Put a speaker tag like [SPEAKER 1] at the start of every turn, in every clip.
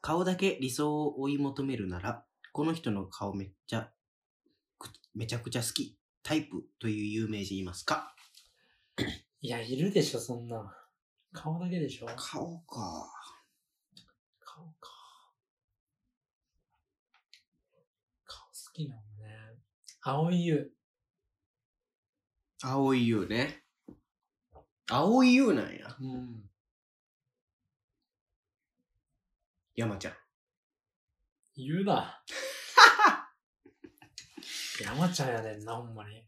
[SPEAKER 1] 顔だけ理想を追い求めるなら、この人の顔めっちゃ、くめちゃくちゃ好き、タイプという有名人いますか
[SPEAKER 2] いや、いるでしょ、そんな。顔だけでしょ。
[SPEAKER 1] 顔か。
[SPEAKER 2] 顔か。顔好きなのね。青い優。
[SPEAKER 1] 青い優ね。青い優なんや。
[SPEAKER 2] うん。
[SPEAKER 1] 山ちゃん。
[SPEAKER 2] 言 うな。山ちゃんやねんな、ほんまに。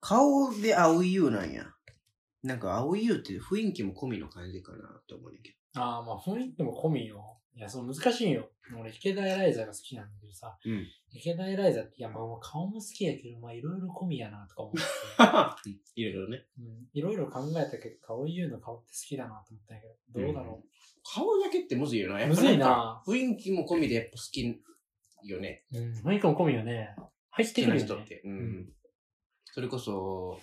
[SPEAKER 1] 顔で青い優なんや。なんか青い優って雰囲気も込みの感じかなって思うねんけ
[SPEAKER 2] ああ、まあ雰囲気も込みよ。いや、そう難しいよ。俺、池田エライザが好きなんだけどさ、
[SPEAKER 1] ど。うん。
[SPEAKER 2] 池田エライザって、いや、まあまあ顔も好きやけど、まあいろいろ込みやな、とか思 って。
[SPEAKER 1] いろいろね。
[SPEAKER 2] うんいろいろ考えたけど、顔優の顔って好きだなと思ったんやけど、どうだろ
[SPEAKER 1] 顔だけってむずいよな。やっぱ
[SPEAKER 2] むずいな。
[SPEAKER 1] 雰囲気も込みでやっぱ好きよね。
[SPEAKER 2] う。うん、雰囲気も込みよね。入っ
[SPEAKER 1] 好
[SPEAKER 2] て
[SPEAKER 1] き
[SPEAKER 2] く
[SPEAKER 1] な
[SPEAKER 2] る
[SPEAKER 1] 人
[SPEAKER 2] よ
[SPEAKER 1] っ
[SPEAKER 2] ね。
[SPEAKER 1] て。うん。
[SPEAKER 2] うん
[SPEAKER 1] それこそ、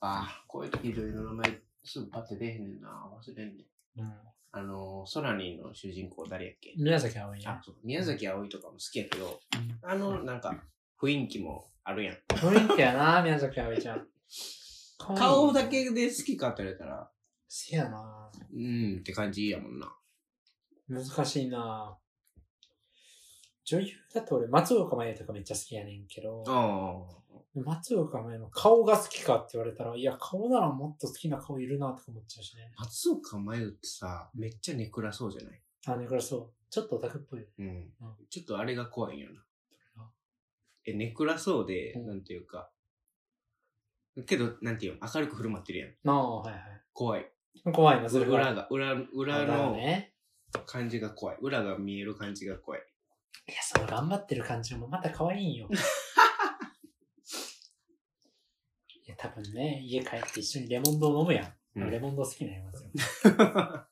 [SPEAKER 1] ああ、こういう時いろいろ名前すぐパッて出へんねんな。忘れんねん。
[SPEAKER 2] うん。
[SPEAKER 1] あの、ソラニーの主人公誰やっけ、
[SPEAKER 2] 宮崎あおい
[SPEAKER 1] あ
[SPEAKER 2] や。
[SPEAKER 1] そう宮崎葵とかも好きやけど、あの、なんか、雰囲気もあるやん。
[SPEAKER 2] 雰囲気やな、 宮崎あおいちゃん。可愛い
[SPEAKER 1] 顔だ。けで好きかって言われたら、
[SPEAKER 2] せやな。
[SPEAKER 1] うんって感じやもんな。
[SPEAKER 2] 難しいな。女優だと俺、松岡茉優とかめっちゃ好きやねんけど、
[SPEAKER 1] あ
[SPEAKER 2] 松岡茉優の顔が好きかって言われたら、いや、顔ならもっと好きな顔いるなとか思っちゃうしね。
[SPEAKER 1] あ。松岡真優ってさ、めっちゃネクラそうじゃない
[SPEAKER 2] あ、ね、これそう。ちょっとオタクっぽいよね。
[SPEAKER 1] うん。
[SPEAKER 2] うん
[SPEAKER 1] ちょっとあれが怖いんよな
[SPEAKER 2] が。
[SPEAKER 1] え、ネクラそうで、
[SPEAKER 2] うん
[SPEAKER 1] なんていうか。けど、なんていうの明るく振る舞ってるやん。
[SPEAKER 2] なあ、はいは
[SPEAKER 1] 怖い。
[SPEAKER 2] い。怖いな、それは
[SPEAKER 1] 裏が、裏、裏
[SPEAKER 2] だ
[SPEAKER 1] の
[SPEAKER 2] ね。
[SPEAKER 1] 感じが怖い。裏が見える感じが怖い。
[SPEAKER 2] いや、その頑張ってる感じもまた可愛い んよ。いや、多分ね、家帰って一緒にレモンドを飲むやん。
[SPEAKER 1] うん
[SPEAKER 2] レモンド好きなや つよ。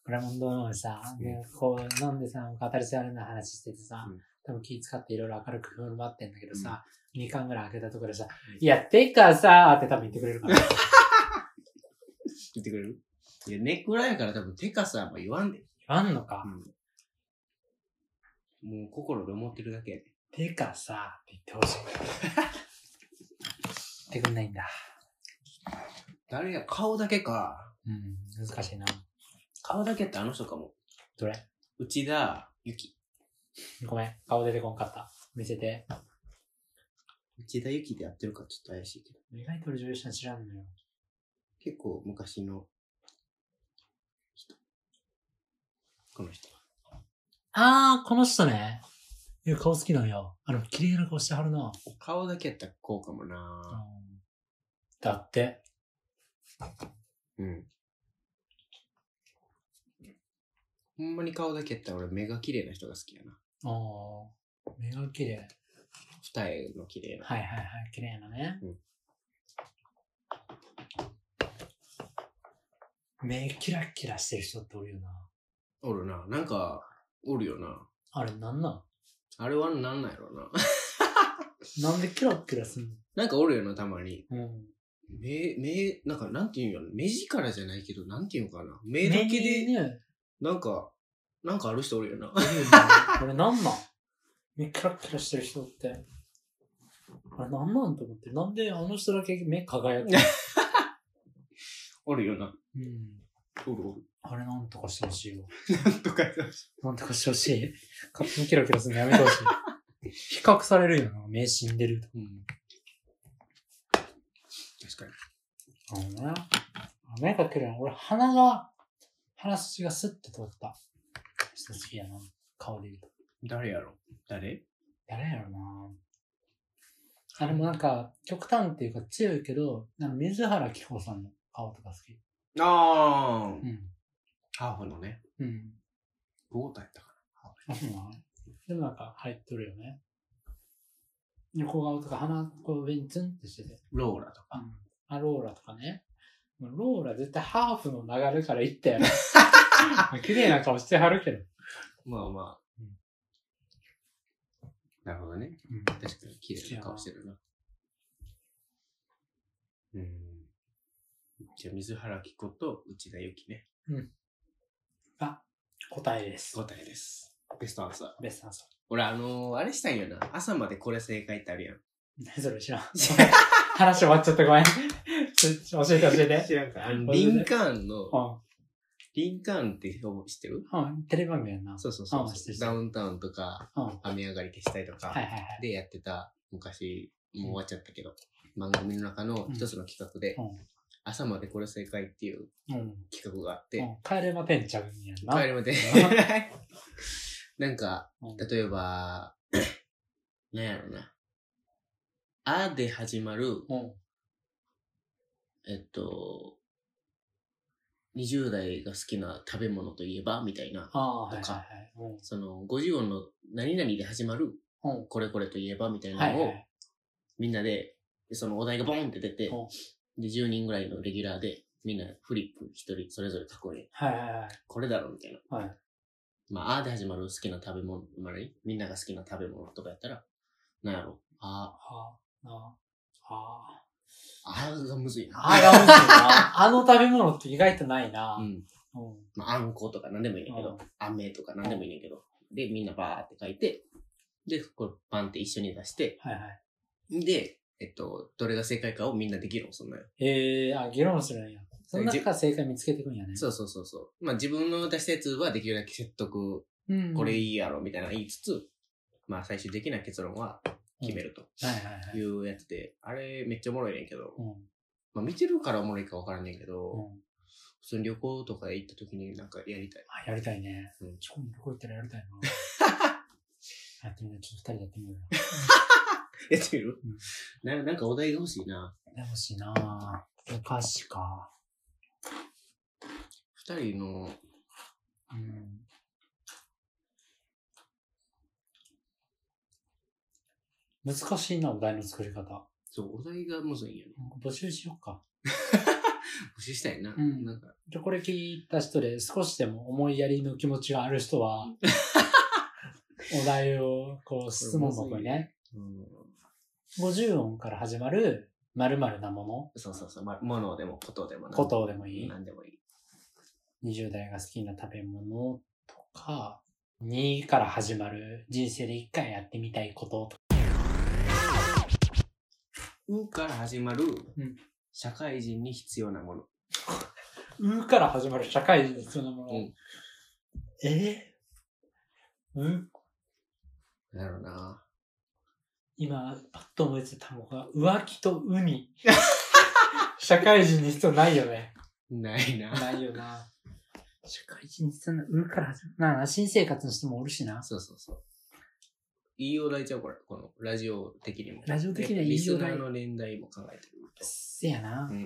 [SPEAKER 2] レモンドを飲むさ、でこう飲んでさ、語り障りな話しててさ、
[SPEAKER 1] うん
[SPEAKER 2] 多分気使っていろいろ明るく振る舞ってんだけどさ、2巻ぐらい開けたところでさ、いや、てかさーって多分言ってくれ るから。言
[SPEAKER 1] 言ってくれるいや、ネクラやから多分、テカさんも言わんで。
[SPEAKER 2] わんのか。
[SPEAKER 1] うん。もう心で思ってるだけやで。
[SPEAKER 2] てかさーって 言ってほしい。言ってくんないんだ。
[SPEAKER 1] 誰や、顔だけか。
[SPEAKER 2] うん、難しいな。
[SPEAKER 1] 顔だけってあの人かも。
[SPEAKER 2] どれ
[SPEAKER 1] 内田ゆき。
[SPEAKER 2] ごめん、顔出てこんかった。見せて。
[SPEAKER 1] 内田ゆきでやってるかちょっと怪しいけど。
[SPEAKER 2] 意外と俺女優さん知らんのよ。
[SPEAKER 1] 結構昔の人。この人。
[SPEAKER 2] あー、この人ね。いや、顔好きなんよ。あの、綺麗な顔してはるな。
[SPEAKER 1] 顔だけやったらこうかもな
[SPEAKER 2] だって。
[SPEAKER 1] うん。ほんまに顔だけやったら俺目が綺麗な人が好きやな。
[SPEAKER 2] あー、目が綺麗。
[SPEAKER 1] 二重の綺麗な。
[SPEAKER 2] はいはいはい、綺麗なね。
[SPEAKER 1] うん
[SPEAKER 2] 目キラキラしてる人っておるよな。
[SPEAKER 1] おるな。なんか、おるよな。
[SPEAKER 2] あれなんなん
[SPEAKER 1] あれはなんなんやろな。
[SPEAKER 2] なんでキラキラすん
[SPEAKER 1] なんかおるよな、たまに。
[SPEAKER 2] のうん。
[SPEAKER 1] 目、目、なんかなんていうんやろ。目力じゃないけど、なんていうんかな。目だけ
[SPEAKER 2] 目に
[SPEAKER 1] で、
[SPEAKER 2] ね、
[SPEAKER 1] なんか、なんかある人おるよな。
[SPEAKER 2] これなんなん目キラキラしてる人って。あれなんなんと思って。なんであの人だけ目輝くの
[SPEAKER 1] おるよな。
[SPEAKER 2] うん。
[SPEAKER 1] おるおる。
[SPEAKER 2] あれなんとかしてほしいよ。
[SPEAKER 1] とか
[SPEAKER 2] なんとかしてほしい。勝手にキラキラするのやめてほしい。比較されるよな。目死んでるとか。
[SPEAKER 1] うん。確かに。
[SPEAKER 2] あのね。目かけるの。俺鼻が、鼻筋がスッて通った。人好きやな。顔で言うと。
[SPEAKER 1] 誰やろ誰
[SPEAKER 2] 誰やろなあれもなんか、極端っていうか強いけど、なんか水原希子さんの顔とか好き。
[SPEAKER 1] あー、
[SPEAKER 2] うん。
[SPEAKER 1] ハーフのね。
[SPEAKER 2] うん。
[SPEAKER 1] 豪太やったか
[SPEAKER 2] あ、そうなのでもなんか入っとるよね。横顔とか鼻、こう上にツンってしてて。
[SPEAKER 1] な。ローラとか。
[SPEAKER 2] あ、あローラとかね。もうローラ絶対ハーフの流れからいったよ ね。綺麗な顔してはるけど。
[SPEAKER 1] まあまあ。
[SPEAKER 2] うん
[SPEAKER 1] なるほどね。
[SPEAKER 2] うん
[SPEAKER 1] 確かに綺麗な顔してるな。うん。じゃあ、水原希子と内田有紀ね。
[SPEAKER 2] が答えです。
[SPEAKER 1] 答えです。ベストアンサー。
[SPEAKER 2] ベストアンサ
[SPEAKER 1] 俺、あのー、あれしたいんよな。朝までこれ正解ってあるやん。
[SPEAKER 2] ー。何それ知 らん。話終わっちゃったごめん。 ちょ教えて教え て。
[SPEAKER 1] 知らんか。あの、
[SPEAKER 2] これね
[SPEAKER 1] リンカーンの、
[SPEAKER 2] うん
[SPEAKER 1] リンカーンって表知ってる
[SPEAKER 2] うん。テレビ番組やんな。
[SPEAKER 1] そうそうそう
[SPEAKER 2] あ知ってる知って
[SPEAKER 1] ダ
[SPEAKER 2] る
[SPEAKER 1] ウンタウンとか、
[SPEAKER 2] うん。はい
[SPEAKER 1] 雨上がり消したりとか、
[SPEAKER 2] はいはい。
[SPEAKER 1] でやってた、昔、もう終わっちゃったけど、番組の中の一つの企画で、
[SPEAKER 2] う
[SPEAKER 1] 朝までこれ正解っていう
[SPEAKER 2] うん。うん。
[SPEAKER 1] 企画があって、
[SPEAKER 2] 帰れまペンちゃうんやんな。
[SPEAKER 1] 帰りまで。 なんか、
[SPEAKER 2] うん
[SPEAKER 1] 例えば、なんやろな。あで始まる、
[SPEAKER 2] うん。
[SPEAKER 1] えっと、20代が好きな食べ物といえばみたいな、
[SPEAKER 2] ああ、はい
[SPEAKER 1] と
[SPEAKER 2] はい
[SPEAKER 1] か
[SPEAKER 2] はい。うん
[SPEAKER 1] その50音の何々で始まる
[SPEAKER 2] うん。
[SPEAKER 1] これこれといえばみたい
[SPEAKER 2] は
[SPEAKER 1] ないの
[SPEAKER 2] は
[SPEAKER 1] を
[SPEAKER 2] い。
[SPEAKER 1] みんなで、でそのお題がボーンって出て
[SPEAKER 2] うん、
[SPEAKER 1] で、10人ぐらいのレギュラーで、みんなフリップ一人それぞれ囲んで、
[SPEAKER 2] はいはいはい。
[SPEAKER 1] これだろみたいな。
[SPEAKER 2] はい
[SPEAKER 1] まあ、あーで始まる好きな食べ物、まあ、みんなが好きな食べ物とかやったら、なんやろ。あ
[SPEAKER 2] ああ、ああ。
[SPEAKER 1] ー、あーがむずいな。
[SPEAKER 2] ああが美味しいな。あの食べ物って意外とないな。
[SPEAKER 1] うん。
[SPEAKER 2] うん。うん。
[SPEAKER 1] まあ、あんことか何でもいいんだけど、飴とか何でもいいねんだけど、で、みんなバーって書いて、で、これパンって一緒に出して、
[SPEAKER 2] はいはい。
[SPEAKER 1] で、えっと、どれが正解かをみんなで議論するのよ。
[SPEAKER 2] ええー、あ、議論するんや。その中から正解見つけていくんやね。
[SPEAKER 1] そうそうそうそう。まあ自分の出したやつはできるだけ説得、
[SPEAKER 2] うん。
[SPEAKER 1] これいいやろみたいなの言いつつ、まあ最終的な結論は決めると
[SPEAKER 2] はいはいはい。
[SPEAKER 1] いうやつで、あれめっちゃおもろいねんけど
[SPEAKER 2] う、ん。
[SPEAKER 1] まあ見てるからおもろいかわからんねんけ
[SPEAKER 2] う
[SPEAKER 1] ど、
[SPEAKER 2] ん。
[SPEAKER 1] 普通に旅行とかで行った時になんかやりたい。
[SPEAKER 2] あ、やりたいね。
[SPEAKER 1] うん
[SPEAKER 2] ちょ、旅行行ったらやりたい な。やってみる。ちょっと二人でやってみる。
[SPEAKER 1] やってみる
[SPEAKER 2] うん
[SPEAKER 1] ななんかお題が欲しいな。
[SPEAKER 2] でもしなお菓子か。
[SPEAKER 1] 二人の
[SPEAKER 2] うん。難しいな、お題の作り方。
[SPEAKER 1] そう、お題がむずいんよね。
[SPEAKER 2] 募集しようか。
[SPEAKER 1] 募集したいな。
[SPEAKER 2] うん
[SPEAKER 1] なんか、
[SPEAKER 2] じゃあこれ聞いた人で少しでも思いやりの気持ちがある人は、お題をこう質問箱にね、
[SPEAKER 1] うん、
[SPEAKER 2] 50音から始まる〇〇なも
[SPEAKER 1] そうそうそう、ま、物でもことでも
[SPEAKER 2] の、
[SPEAKER 1] な
[SPEAKER 2] ことでもいい
[SPEAKER 1] なんでもいい。
[SPEAKER 2] ?20 代が好きな食べ物とか、2から始まる人生で1回やってみたいこととか。
[SPEAKER 1] うから始まる、
[SPEAKER 2] うん
[SPEAKER 1] 社会人に必要なもの。
[SPEAKER 2] うから始まる社会人で必要なもの。
[SPEAKER 1] うん
[SPEAKER 2] えーう
[SPEAKER 1] なるほどな。
[SPEAKER 2] 今、パッと思いついた単語が、浮気とウニ。社会人に必要ないよね。
[SPEAKER 1] ないな。
[SPEAKER 2] ないよな。社会人に必要な、うから始まる。なあ、新生活の人もおるしな。
[SPEAKER 1] そうそうそう。いいお題ちゃうこれ、このラジオ的にも。
[SPEAKER 2] ラジオ的にはいいお題
[SPEAKER 1] リスナーの年代も考えて
[SPEAKER 2] せやな。
[SPEAKER 1] る。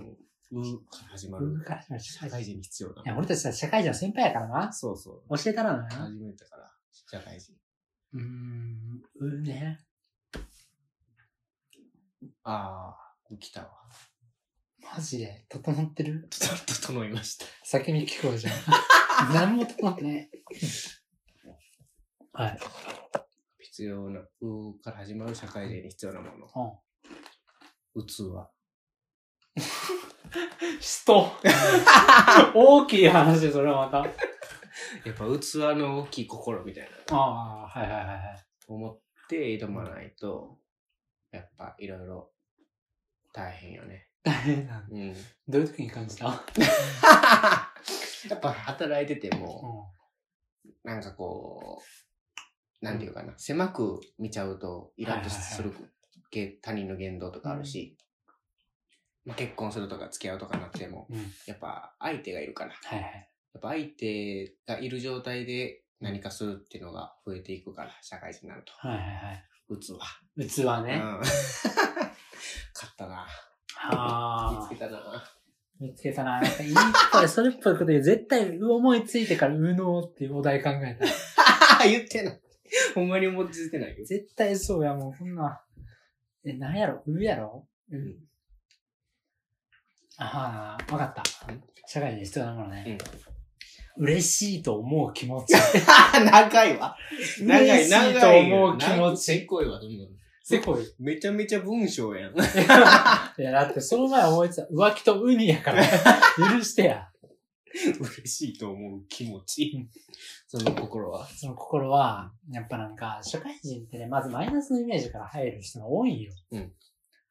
[SPEAKER 1] うん。うから始ま
[SPEAKER 2] う
[SPEAKER 1] る。
[SPEAKER 2] から始まる社
[SPEAKER 1] 社
[SPEAKER 2] 会人。
[SPEAKER 1] 会
[SPEAKER 2] い
[SPEAKER 1] 人に必要なも
[SPEAKER 2] や、
[SPEAKER 1] の。
[SPEAKER 2] 俺たちさ、社会人の先輩やからな。
[SPEAKER 1] そうそう。
[SPEAKER 2] 教えたらな。
[SPEAKER 1] 初めてから、社会人。
[SPEAKER 2] うーん、うね。
[SPEAKER 1] ああ、来たわ。
[SPEAKER 2] マジで、整ってる
[SPEAKER 1] ちょっと整いました。
[SPEAKER 2] 先に聞こ うじゃん。何も整ってない。はい。
[SPEAKER 1] 必要な、うから始まる社会人に必要なもの。
[SPEAKER 2] うん。
[SPEAKER 1] 器。
[SPEAKER 2] 人 大きい話でそれはまた。
[SPEAKER 1] やっぱ器の大きい心みたいな
[SPEAKER 2] ああ、はいはいはいはい。
[SPEAKER 1] 思って挑まないと、やっぱいろいろ大変よね。
[SPEAKER 2] 大変な
[SPEAKER 1] うん。や
[SPEAKER 2] どういう時に感じた
[SPEAKER 1] っぱ働いてて
[SPEAKER 2] う
[SPEAKER 1] も、なんかこう、なんていうかな、狭く見ちゃうとイラッとするげ、他人の言動とかあるし、まあ結婚するとか付き合うとかなっても、
[SPEAKER 2] ん。うん。
[SPEAKER 1] やっぱ相手がいるから、
[SPEAKER 2] はいはい。
[SPEAKER 1] やっぱ相手がいる状態で何かするっていうのが増えていくから、社会人になると。
[SPEAKER 2] はいはい
[SPEAKER 1] 器。
[SPEAKER 2] はい。器
[SPEAKER 1] う
[SPEAKER 2] ね。
[SPEAKER 1] ん 買ったな。見
[SPEAKER 2] あ
[SPEAKER 1] つ
[SPEAKER 2] あ
[SPEAKER 1] け。たな。
[SPEAKER 2] 見つけたな。なんかいいこれ、それっぽいことで絶対思いついてから、右脳っていうお題考えた。
[SPEAKER 1] 言ってない。ほんまに思いついてないよ。。
[SPEAKER 2] 絶対そうや、もうこんな。え、なんやろうやろうんああ、わかった
[SPEAKER 1] うん。
[SPEAKER 2] 社会に必要なものね。嬉しいと思う気持ち。
[SPEAKER 1] 長いわ。 長
[SPEAKER 2] 嬉
[SPEAKER 1] い、
[SPEAKER 2] し
[SPEAKER 1] 長い
[SPEAKER 2] い
[SPEAKER 1] よ。
[SPEAKER 2] と思う気持
[SPEAKER 1] せっ
[SPEAKER 2] ち。
[SPEAKER 1] こいわ、どんどん。
[SPEAKER 2] せこい。
[SPEAKER 1] めちゃめちゃ文章やん。
[SPEAKER 2] いや、だってその前思いついた浮気と ウニやから。許してや。
[SPEAKER 1] 嬉しいと思う気持ち。その心は。
[SPEAKER 2] その心は、やっぱなんか、社会人ってね、まずマイナスのイメージから入る人が多いよ。
[SPEAKER 1] うん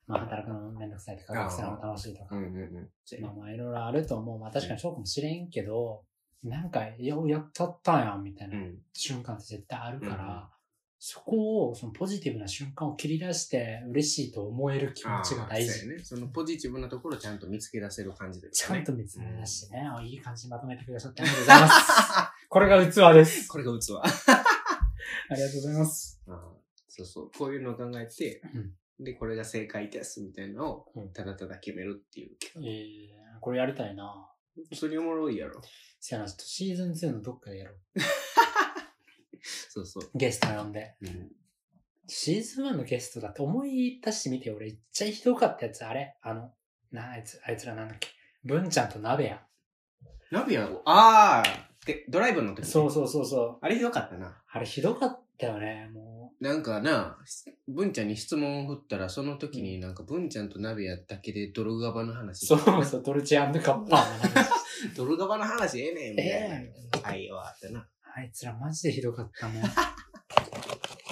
[SPEAKER 2] まあ、働くのめんどくさいとか、
[SPEAKER 1] あー
[SPEAKER 2] 学生の楽しいとか
[SPEAKER 1] う。んうんうん。そう。
[SPEAKER 2] まあまあ、いろいろあると思う。まあ、確かにそうかもしれんけど、なんか、ようやったったんや、みたいうなん瞬間って絶対あるから、
[SPEAKER 1] うん
[SPEAKER 2] そこを、そのポジティブな瞬間を切り出して、嬉しいと思える気持ちが大
[SPEAKER 1] あー
[SPEAKER 2] 事
[SPEAKER 1] そう。やね。そのポジティブなところをちゃんと見つけ出せる感じだよね。
[SPEAKER 2] ちゃんと見つめ出してね、あいい感じにまとめてくださってありがとうございます。これが器で す。
[SPEAKER 1] これが器。
[SPEAKER 2] ありがとうございます。
[SPEAKER 1] あーそうそう。こういうのを考えて、で、これが正解ですみたいなのを
[SPEAKER 2] うん、
[SPEAKER 1] ただただ決めるっていうけ
[SPEAKER 2] え
[SPEAKER 1] ど。
[SPEAKER 2] ー、これやりたいな。
[SPEAKER 1] それおもろいやろ。
[SPEAKER 2] せやな、ちょっとシーズン2のどっかでやろう。
[SPEAKER 1] そうそう。
[SPEAKER 2] ゲスト呼んで。
[SPEAKER 1] うん。
[SPEAKER 2] シーズン1のゲストだって思い出してみて、俺、いっちゃひどかったやつ、あれあの、な、あいつ、あいつらなんだっけ。文ちゃんと鍋や。
[SPEAKER 1] ナビは、あーで、ドライブの時、
[SPEAKER 2] そうそうそうそう。
[SPEAKER 1] あれひどかったな。
[SPEAKER 2] あれひどかったよね、も
[SPEAKER 1] なんかな、文ちゃんに質問を振ったら、その時になんか文ちゃんとナビやだけで泥ガバの
[SPEAKER 2] う。
[SPEAKER 1] 話。
[SPEAKER 2] そうそう、ドルチェカッパーの話。
[SPEAKER 1] 泥ガバの話ええねんみたいな。
[SPEAKER 2] え
[SPEAKER 1] はい、終わったな。
[SPEAKER 2] あいつらマジでひどかったもん。あ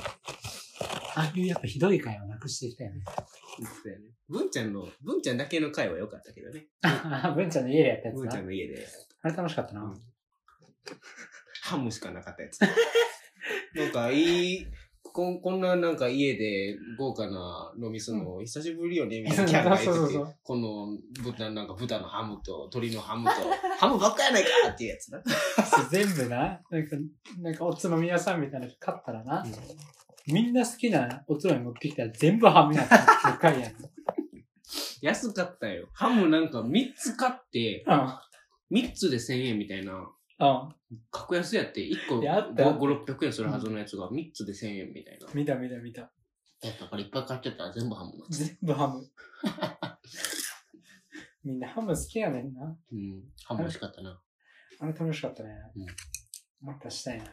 [SPEAKER 2] あいうやっぱひどい会をなくしていきたいよね。
[SPEAKER 1] そうやね文ちゃんの、文ちゃんだけの会は良かったけどね。
[SPEAKER 2] 文ちゃんの家でやったやつ
[SPEAKER 1] 文ちゃ。
[SPEAKER 2] なん
[SPEAKER 1] の家で、
[SPEAKER 2] あれ楽しかったな。
[SPEAKER 1] うんハムしかなかったやつ。なんかいい、こんこんななんか家で豪華な飲みするの久しぶりよね、みたいなキャラがいてて
[SPEAKER 2] そうそうそう
[SPEAKER 1] この豚、なんか豚のハムと鶏のハムと、ハムばっかやないかっていうやつな。
[SPEAKER 2] 全部な、なんか、なんかおつまみ屋さんみたいなの買ったらな、みんな好きなおつまみ持ってきたら全部ハムやったっていう回やん。
[SPEAKER 1] 安かったよ。ハムなんか3つ買って、3つで1000円みたいな、
[SPEAKER 2] うん。うん。
[SPEAKER 1] 格安やって1個
[SPEAKER 2] やった
[SPEAKER 1] 5、5 600円するはずのやつが3つで1000円みたいな。
[SPEAKER 2] 見た見た見た。
[SPEAKER 1] だったからいっぱい買っちゃったら全部ハムになっちゃ
[SPEAKER 2] 全部ハ ム。みんなハム好きやねんな。
[SPEAKER 1] う。うん。ハム美味しかったな。
[SPEAKER 2] あれ楽しかったね。またしたいな。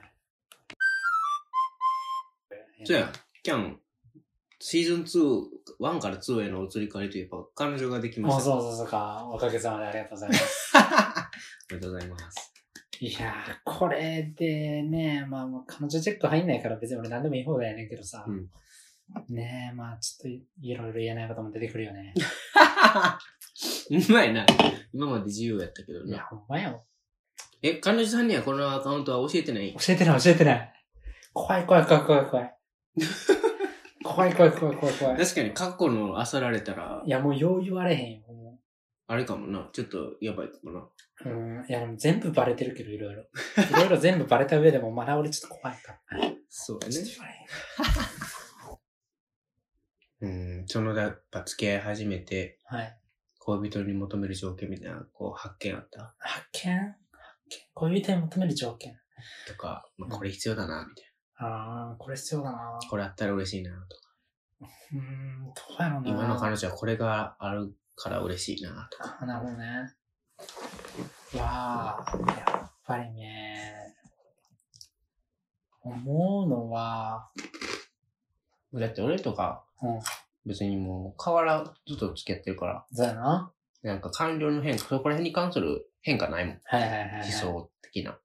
[SPEAKER 1] そうや、キャン、シーズン2、1から2への移り変わりといえば、彼女ができま
[SPEAKER 2] もう
[SPEAKER 1] した。
[SPEAKER 2] そうそうそうか。おかげさまでありがとうございます。
[SPEAKER 1] おめでとうございます。
[SPEAKER 2] いやー、これでね、まあもう彼女チェック入んないから別に俺何でもいい方だよねんけどさ。
[SPEAKER 1] うん
[SPEAKER 2] ねえ、まあちょっといろいろ言えないことも出てくるよね。
[SPEAKER 1] うまいな。今まで自由やったけど
[SPEAKER 2] いや
[SPEAKER 1] な。、
[SPEAKER 2] ほんまよ。
[SPEAKER 1] え、彼女さんにはこのアカウントは教えてない
[SPEAKER 2] 教えてない教えてない。怖い怖い怖い怖い 怖い。怖い怖い怖い怖い怖い。
[SPEAKER 1] 確かに過去の漁られたら
[SPEAKER 2] い、や、もうよう言われへんよ。も
[SPEAKER 1] あれかもな。ちょっとやばいかもな。
[SPEAKER 2] ううん、いや、でも全部バレてるけど、い ろいろ。いろいろ全部バレた上でも、まだ俺ちょっと怖いから。
[SPEAKER 1] そうや
[SPEAKER 2] ちょっ
[SPEAKER 1] ね
[SPEAKER 2] と。言われへん
[SPEAKER 1] うん、そのやっぱ付き合い始めて、
[SPEAKER 2] はい。
[SPEAKER 1] 恋人に求める条件みたいな、こう発見あった
[SPEAKER 2] 発見発見恋人に求める条件。
[SPEAKER 1] とか、まあ、これ必要だな、みたい
[SPEAKER 2] ああ、これ必要だな
[SPEAKER 1] な。これあったら嬉しいな、とか。
[SPEAKER 2] うーん、どうやろうな
[SPEAKER 1] 今の彼女はこれがあるから嬉しいな、とか。
[SPEAKER 2] あなるほどね。わあ、やっぱりね、思うのは、
[SPEAKER 1] だって俺とか、
[SPEAKER 2] うん
[SPEAKER 1] 別にもう変わらずっと付き合ってるから、
[SPEAKER 2] そうやな。
[SPEAKER 1] なんか感情の変化、そこら辺に関する変化ないもん。
[SPEAKER 2] はいはいはい、はい。
[SPEAKER 1] 思想的な。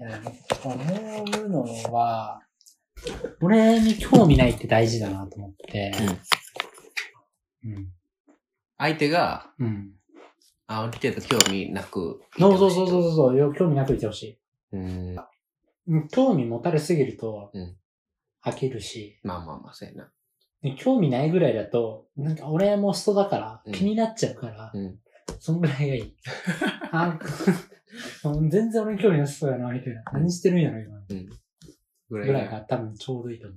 [SPEAKER 2] いや、思うのは、俺に興味ないって大事だなと思って。うん。
[SPEAKER 1] 相手が、
[SPEAKER 2] うん。
[SPEAKER 1] あ、ある程度興味なく。
[SPEAKER 2] そうそうそうそうそうよ、興味なくいてほしい。
[SPEAKER 1] う。うん。まあ
[SPEAKER 2] うん興味持たれすぎると
[SPEAKER 1] うん、
[SPEAKER 2] 飽きるし、
[SPEAKER 1] まあまあ、そうやな。
[SPEAKER 2] で興味ないぐらいだと、なんか俺も人だか
[SPEAKER 1] う
[SPEAKER 2] ら
[SPEAKER 1] ん
[SPEAKER 2] 気になっちゃうから、
[SPEAKER 1] うん
[SPEAKER 2] そんぐらいがいい。あ全然俺に興味なさそうやな、みたいな。何してるんやろ、今。
[SPEAKER 1] ぐ
[SPEAKER 2] ぐ
[SPEAKER 1] ら
[SPEAKER 2] ら
[SPEAKER 1] い
[SPEAKER 2] い
[SPEAKER 1] が。
[SPEAKER 2] が多分ちょうどいいと思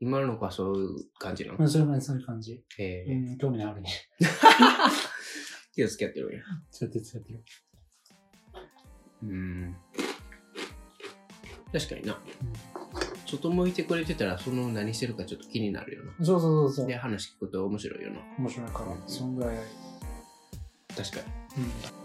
[SPEAKER 1] 今の子はそういう感じな
[SPEAKER 2] う。ま
[SPEAKER 1] の。
[SPEAKER 2] あ、それまでそういう感じ。
[SPEAKER 1] え
[SPEAKER 2] う
[SPEAKER 1] え。
[SPEAKER 2] ん、興味ない俺に。
[SPEAKER 1] 手を付き合ってるんや。
[SPEAKER 2] そうやってそうやってる。
[SPEAKER 1] うん。確かにな
[SPEAKER 2] うん。
[SPEAKER 1] 外向いてくれてたら、その何してるかちょっと気になるよな。
[SPEAKER 2] そうそうそうそう
[SPEAKER 1] で、。話聞くと面白いよな。
[SPEAKER 2] 面白いから、そんぐらいがいい。
[SPEAKER 1] 確かに。
[SPEAKER 2] うん。